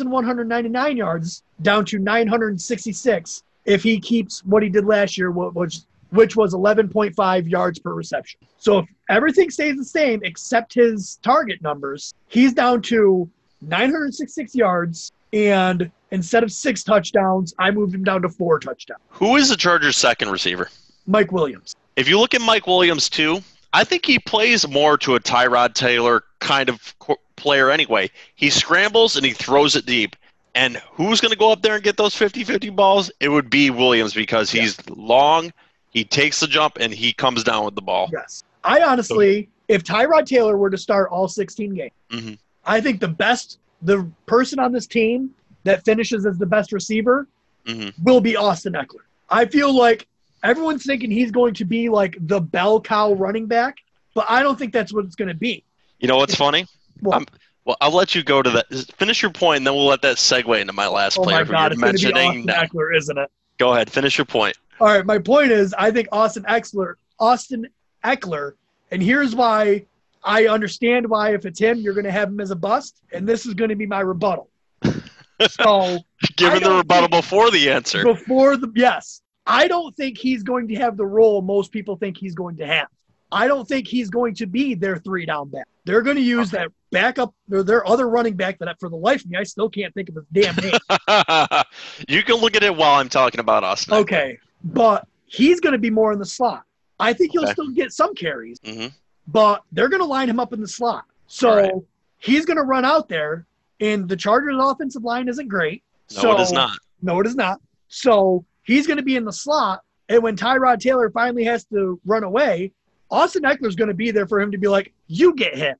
S1: 1,199 yards down to 966 if he keeps what he did last year, wh- which which was 11.5 yards per reception. So if everything stays the same except his target numbers, he's down to 966 yards and instead of six touchdowns, I moved him down to four touchdowns.
S2: Who is the Chargers' second receiver?
S1: Mike Williams.
S2: If you look at Mike Williams too, I think he plays more to a Tyrod Taylor kind of qu- player anyway. He scrambles and he throws it deep. And who's going to go up there and get those 50-50 balls? It would be Williams because he's long, he takes the jump and he comes down with the ball.
S1: Yes. I honestly, if Tyrod Taylor were to start all 16 games,
S2: Mhm.
S1: I think the best, the person on this team that finishes as the best receiver
S2: hmm
S1: will be Austin Eckler. I feel like everyone's thinking he's going to be like the bell cow running back, but I don't think that's what it's going to be.
S2: You know what's funny?
S1: Well,
S2: I'm- Well, I'll let you go to that. just Finish your point, and then we'll let that segue into my last
S1: oh my
S2: player who
S1: God,
S2: you're
S1: it's going to be
S2: mentioning.
S1: Austin
S2: now.
S1: Eckler, isn't it?
S2: Go ahead, finish your point.
S1: All right, my point is, I think Austin Eckler, Austin Eckler, and here's why I understand why if it's him, you're going to have him as a bust, and this is going to be my rebuttal. So I
S2: Given the
S1: don't
S2: rebuttal before the answer.
S1: before the yes, I don't think he's going to have the role most people think he's going to have. I don't think he's going to be their three down back. They're going to use that backup, their, their other running back that for the life of me I still can't think of his damn name.
S2: you can look at it while I'm talking about Austin.
S1: okay, but he's going to be more in the slot. I think he'll
S2: Okay.
S1: still get some carries.
S2: Mhm.
S1: but they're going to line him up in the slot. So
S2: All right.
S1: He's going to run out there, and the Chargers' offensive line isn't great.
S2: No,
S1: so,
S2: it is not.
S1: No, it is not. So he's going to be in the slot, and when Tyrod Taylor finally has to run away, Austin Eckler's going to be there for him to be like, "You get hit,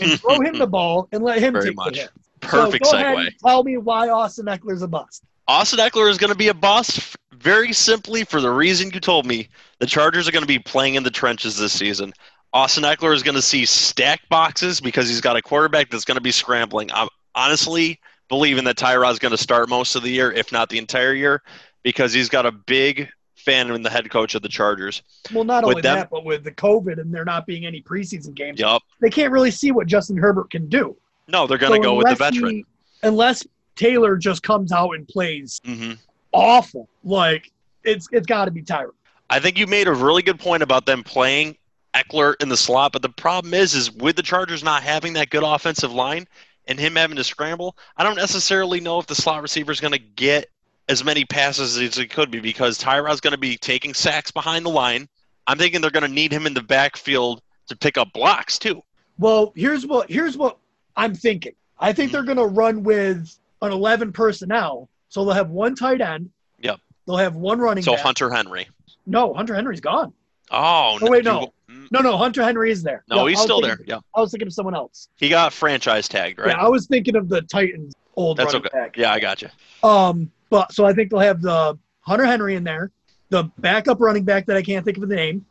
S1: and throw him the ball, and let him
S2: Very
S1: take
S2: much.
S1: the hit."
S2: Perfect
S1: so go Ahead
S2: segue.
S1: and tell me why Austin Eckler's a bust.
S2: Austin Eckler is going to be a bust f- very simply for the reason you told me. The Chargers are going to be playing in the trenches this season. Austin Eckler is going to see stack boxes because he's got a quarterback that's going to be scrambling. I'm honestly believing that Tyrod's going to start most of the year, if not the entire year, because he's got a big fan in the head coach of the Chargers.
S1: Well, not
S2: With
S1: only
S2: them-
S1: that, but with the COVID and there not being any preseason games,
S2: Yup.
S1: they can't really see what Justin Herbert can do.
S2: No, they're going to
S1: So
S2: go with the
S1: unless
S2: veteran.
S1: he- unless Taylor just comes out and plays
S2: hmm
S1: awful, like it's it's got to be Tyrod.
S2: I think you made a really good point about them playing Eckler in the slot, but the problem is, is with the Chargers not having that good offensive line and him having to scramble, I don't necessarily know if the slot receiver is going to get as many passes as he could be because Tyrod's going to be taking sacks behind the line. I'm thinking they're going to need him in the backfield to pick up blocks too.
S1: Well, here's what here's what I'm thinking. I think
S2: Mhm.
S1: they're going to run with an 11 personnel, so they'll have one tight end.
S2: Yep.
S1: They'll have one running
S2: So
S1: back.
S2: Hunter Henry.
S1: no, Hunter Henry's gone.
S2: Oh,
S1: Oh, wait, no.
S2: you-
S1: No, no, Hunter Henry is there.
S2: no,
S1: Yeah,
S2: he's
S1: I was
S2: still there.
S1: thinking-
S2: Yeah,
S1: I was thinking of someone else.
S2: he got franchise tagged, right?
S1: Yeah, I was thinking of the Titans old
S2: That's
S1: running
S2: okay.
S1: back.
S2: Yeah, I got you.
S1: Um, but so I think they'll have the Hunter Henry in there, the backup running back that I can't think of the name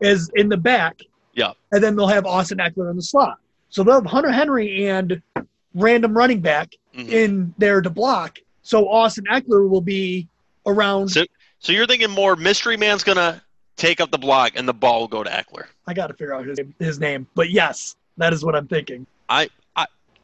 S1: is in the back.
S2: Yeah.
S1: And then they'll have Austin Eckler in the slot. So they'll have Hunter Henry and random running back
S2: Mhm.
S1: in there to block. So Austin Eckler will be around.
S2: So- So you're thinking more mystery man's gonna take up the block and the ball will go to Eckler.
S1: I got to figure out his, his name. But yes, that is what I'm thinking.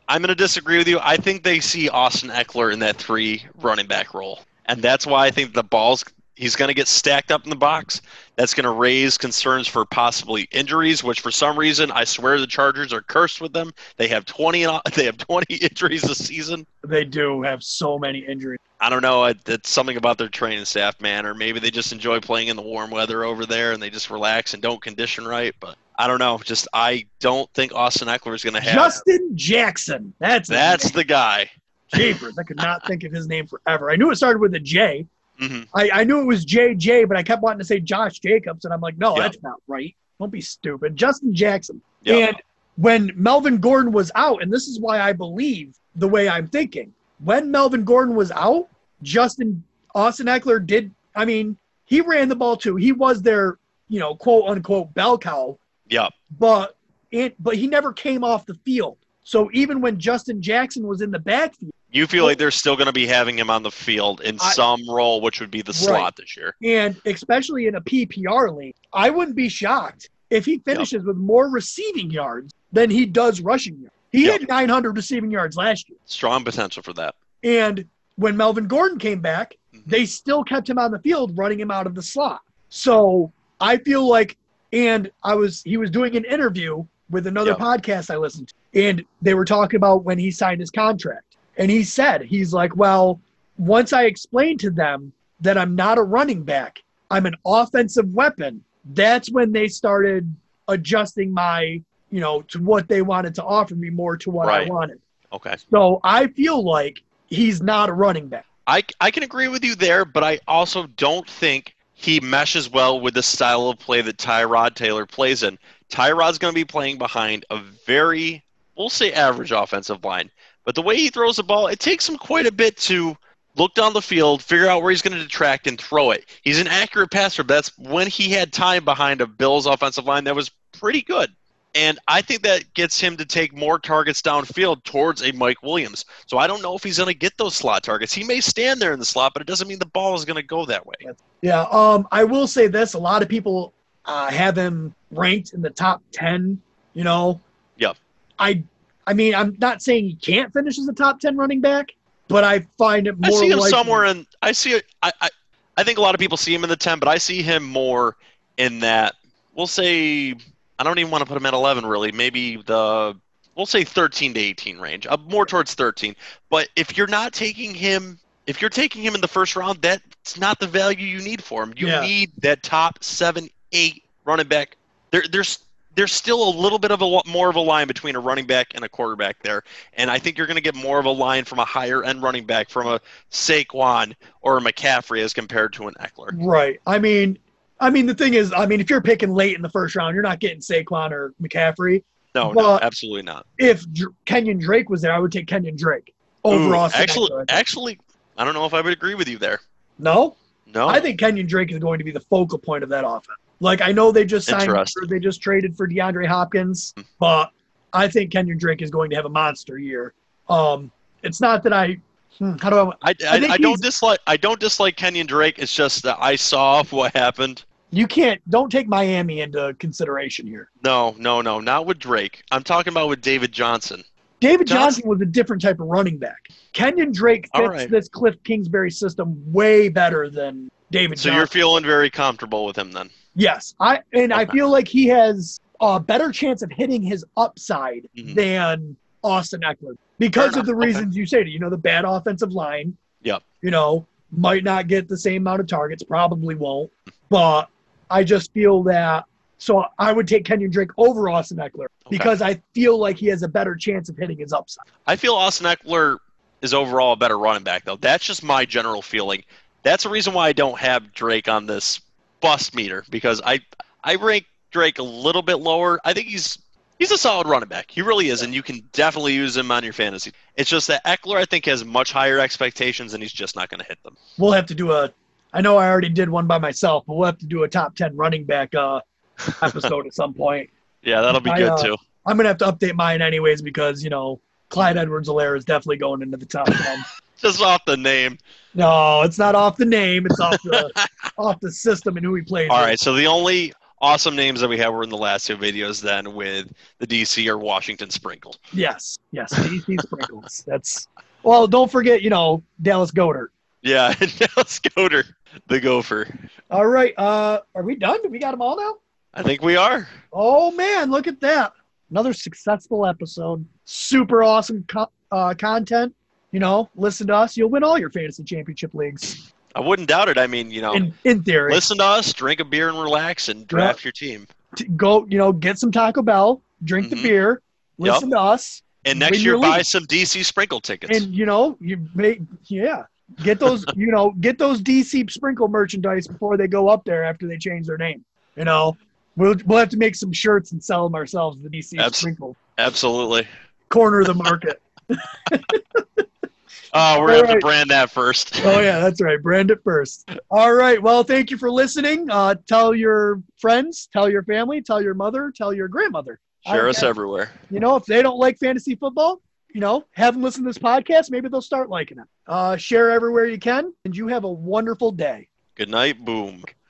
S2: I'm gonna disagree with you. I think they see Austin Eckler in that three running back role, and that's why I think the balls he's gonna get stacked up in the box. That's gonna raise concerns for possibly injuries, which for some reason I swear the Chargers are cursed with them. They have 20 and they have 20 injuries this season.
S1: They do have so many injuries.
S2: I don't know. it- It's something about their training staff, man, or maybe they just enjoy playing in the warm weather over there and they just relax and don't condition right. But I don't know. Just I don't think Austin Eckler is going to have.
S1: Justin Jackson. That's his
S2: that's
S1: name.
S2: the guy.
S1: Jeepers. I could not think of his name forever. I knew it started with a J.
S2: hmm
S1: I, I knew it was JJ, but I kept wanting to say Josh Jacobs, and I'm like, no,
S2: Yeah.
S1: that's not right. Don't be stupid. Justin Jackson.
S2: Yeah.
S1: And when Melvin Gordon was out, and this is why I believe the way I'm thinking, when Melvin Gordon was out, Justin Austin Eckler did. I mean, he ran the ball too. He was their, you know, quote unquote bell cow,
S2: yeah.
S1: but it, but he never came off the field. So even when Justin Jackson was in the backfield,
S2: You feel like they're still going to be having him on the field in
S1: I-
S2: some role, which would be the slot
S1: Right.
S2: this year.
S1: and especially in a PPR league, I wouldn't be shocked if he finishes with more receiving yards than he does rushing yards. He
S2: Yep.
S1: had 900 receiving yards last year.
S2: Strong potential for that.
S1: And when Melvin Gordon came back,
S2: Mhm.
S1: they still kept him on the field, running him out of the slot. So I feel like, and I was, he was doing an interview with another
S2: Yeah.
S1: podcast I listened to, and they were talking about when he signed his contract. And he said, he's like, well, once I explained to them that I'm not a running back, I'm an offensive weapon, that's when they started adjusting my, you know, to what they wanted to offer me more to what
S2: Right.
S1: I wanted.
S2: Okay.
S1: So I feel like he's not a running back.
S2: I, I can agree with you there, but I also don't think he meshes well with the style of play that Tyrod Taylor plays in. Tyrod's going to be playing behind a very, we'll say, average offensive line. But the way he throws the ball, it takes him quite a bit to look down the field, figure out where he's going to detract, and throw it. He's an accurate passer, but that's when he had time behind a Bills offensive line that was pretty good. And I think that gets him to take more targets downfield towards a Mike Williams. So I don't know if he's going to get those slot targets. He may stand there in the slot, but it doesn't mean the ball is going to go that way.
S1: Yeah. Um, I will say this: a lot of people uh, have him ranked in the top ten. You know.
S2: Yep.
S1: I, I mean, I'm not saying he can't finish as a top ten running back, but I find it
S2: I
S1: more.
S2: see him
S1: likely-
S2: somewhere in. I see it. I, I I think a lot of people see him in the ten, but I see him more in that. We'll say I don't even want to put him at eleven, really. Maybe the we'll say thirteen to eighteen range, uh, more towards thirteen. But if you're not taking him. If you're taking him in the first round, that's not the value you need for him. You
S1: Yeah.
S2: need that top seven, eight running back. There, there's there's still a little bit of a more of a line between a running back and a quarterback there, and I think you're going to get more of a line from a higher end running back from a Saquon or a McCaffrey as compared to an Eckler.
S1: Right. I mean, I mean the thing is, I mean if you're picking late in the first round, you're not getting Saquon or McCaffrey.
S2: No,
S1: Well,
S2: no, absolutely not.
S1: If Dr- Kenyon Drake was there, I would take Kenyon Drake over
S2: Ooh,
S1: Austin
S2: actually,
S1: Eckler.
S2: actually, I don't know if I would agree with you there.
S1: No,
S2: No,
S1: I think Kenyon Drake is going to be the focal point of that offense. Like I know they just signed,
S2: Interesting.
S1: they just traded for DeAndre Hopkins, but I think Kenyon Drake is going to have a monster year. Um, it's not that I, hmm, how do I?
S2: I, I,
S1: think
S2: I don't
S1: he's-
S2: dislike I don't dislike Kenyon Drake. It's just that I saw what happened.
S1: You can't. Don't take Miami into consideration here.
S2: No, no, no, not with Drake. I'm talking about with David Johnson.
S1: David
S2: Johnson-
S1: Johnson was a different type of running back. Kenyon Drake
S2: All
S1: fits
S2: right.
S1: this Cliff Kingsbury system way better than David
S2: So
S1: Johnson.
S2: you're feeling very comfortable with him then.
S1: yes, I and I
S2: Okay.
S1: feel like he has a better chance of hitting his upside
S2: Mhm.
S1: than Austin Eckler because
S2: Fair
S1: of the
S2: enough. Okay.
S1: reasons you stated. You know, the bad offensive line.
S2: Yep.
S1: You know, might not get the same amount of targets. Probably won't. But I just feel that. So I would take Kenyon Drake over Austin Eckler
S2: Okay.
S1: because I feel like he has a better chance of hitting his upside.
S2: I feel Austin Eckler is overall a better running back though. That's just my general feeling. That's the reason why I don't have Drake on this bust meter because I I rank Drake a little bit lower. I think he's he's a solid running back. He really is, and you can definitely use him on your fantasy. It's just that Eckler I think has much higher expectations and he's just not going to hit them.
S1: we'll have to do a I know I already did one by myself, but we'll have to do a top 10 running back uh, episode at some point.
S2: Yeah, that'll be
S1: I,
S2: good
S1: uh,
S2: too.
S1: I'm going to have to update mine anyways because, you know, Clyde Edwards Alaire is definitely going into the top 10.
S2: Just off the name.
S1: no, it's not off the name, it's off the off the system and who he plays.
S2: All
S1: with.
S2: right, so the only awesome names that we have were in the last two videos then with the DC or Washington Sprinkle.
S1: Yes. Yes. DC sprinkles. That's Well, don't forget, you know, Dallas Goddard.
S2: Yeah, and now Scoter, the gopher.
S1: All right. Uh are we done? We got them all now?
S2: I think we are.
S1: Oh man, look at that! Another successful episode. Super awesome co- uh, content. You know, listen to us. You'll win all your fantasy championship leagues.
S2: I wouldn't doubt it. I mean, you know,
S1: In in theory,
S2: Oh. listen to us, drink a beer and relax and draft your team.
S1: T- go. You know, get some Taco Bell, drink
S2: Mhm.
S1: the beer,
S2: Yep.
S1: listen to us,
S2: And
S1: Win
S2: next
S1: your
S2: year buy
S1: league.
S2: some DC Sprinkle tickets.
S1: and you know, you make yeah. Get those, you know, get those DC sprinkle merchandise before they go up there after they change their name. You know, we'll we'll have to make some shirts and sell them ourselves. The DC
S2: Abs-
S1: sprinkle
S2: Absolutely.
S1: corner of the market.
S2: Oh, we're going to have
S1: Alright.
S2: to brand that first.
S1: oh yeah that's right brand it first all right well thank you for listening uh, tell your friends tell your family tell your mother tell your grandmother
S2: Share us
S1: Okay.
S2: everywhere.
S1: you know if they don't like fantasy football you know have them listen to this podcast maybe they'll start liking it uh, share everywhere you can and you have a wonderful day
S2: Good night. Boom.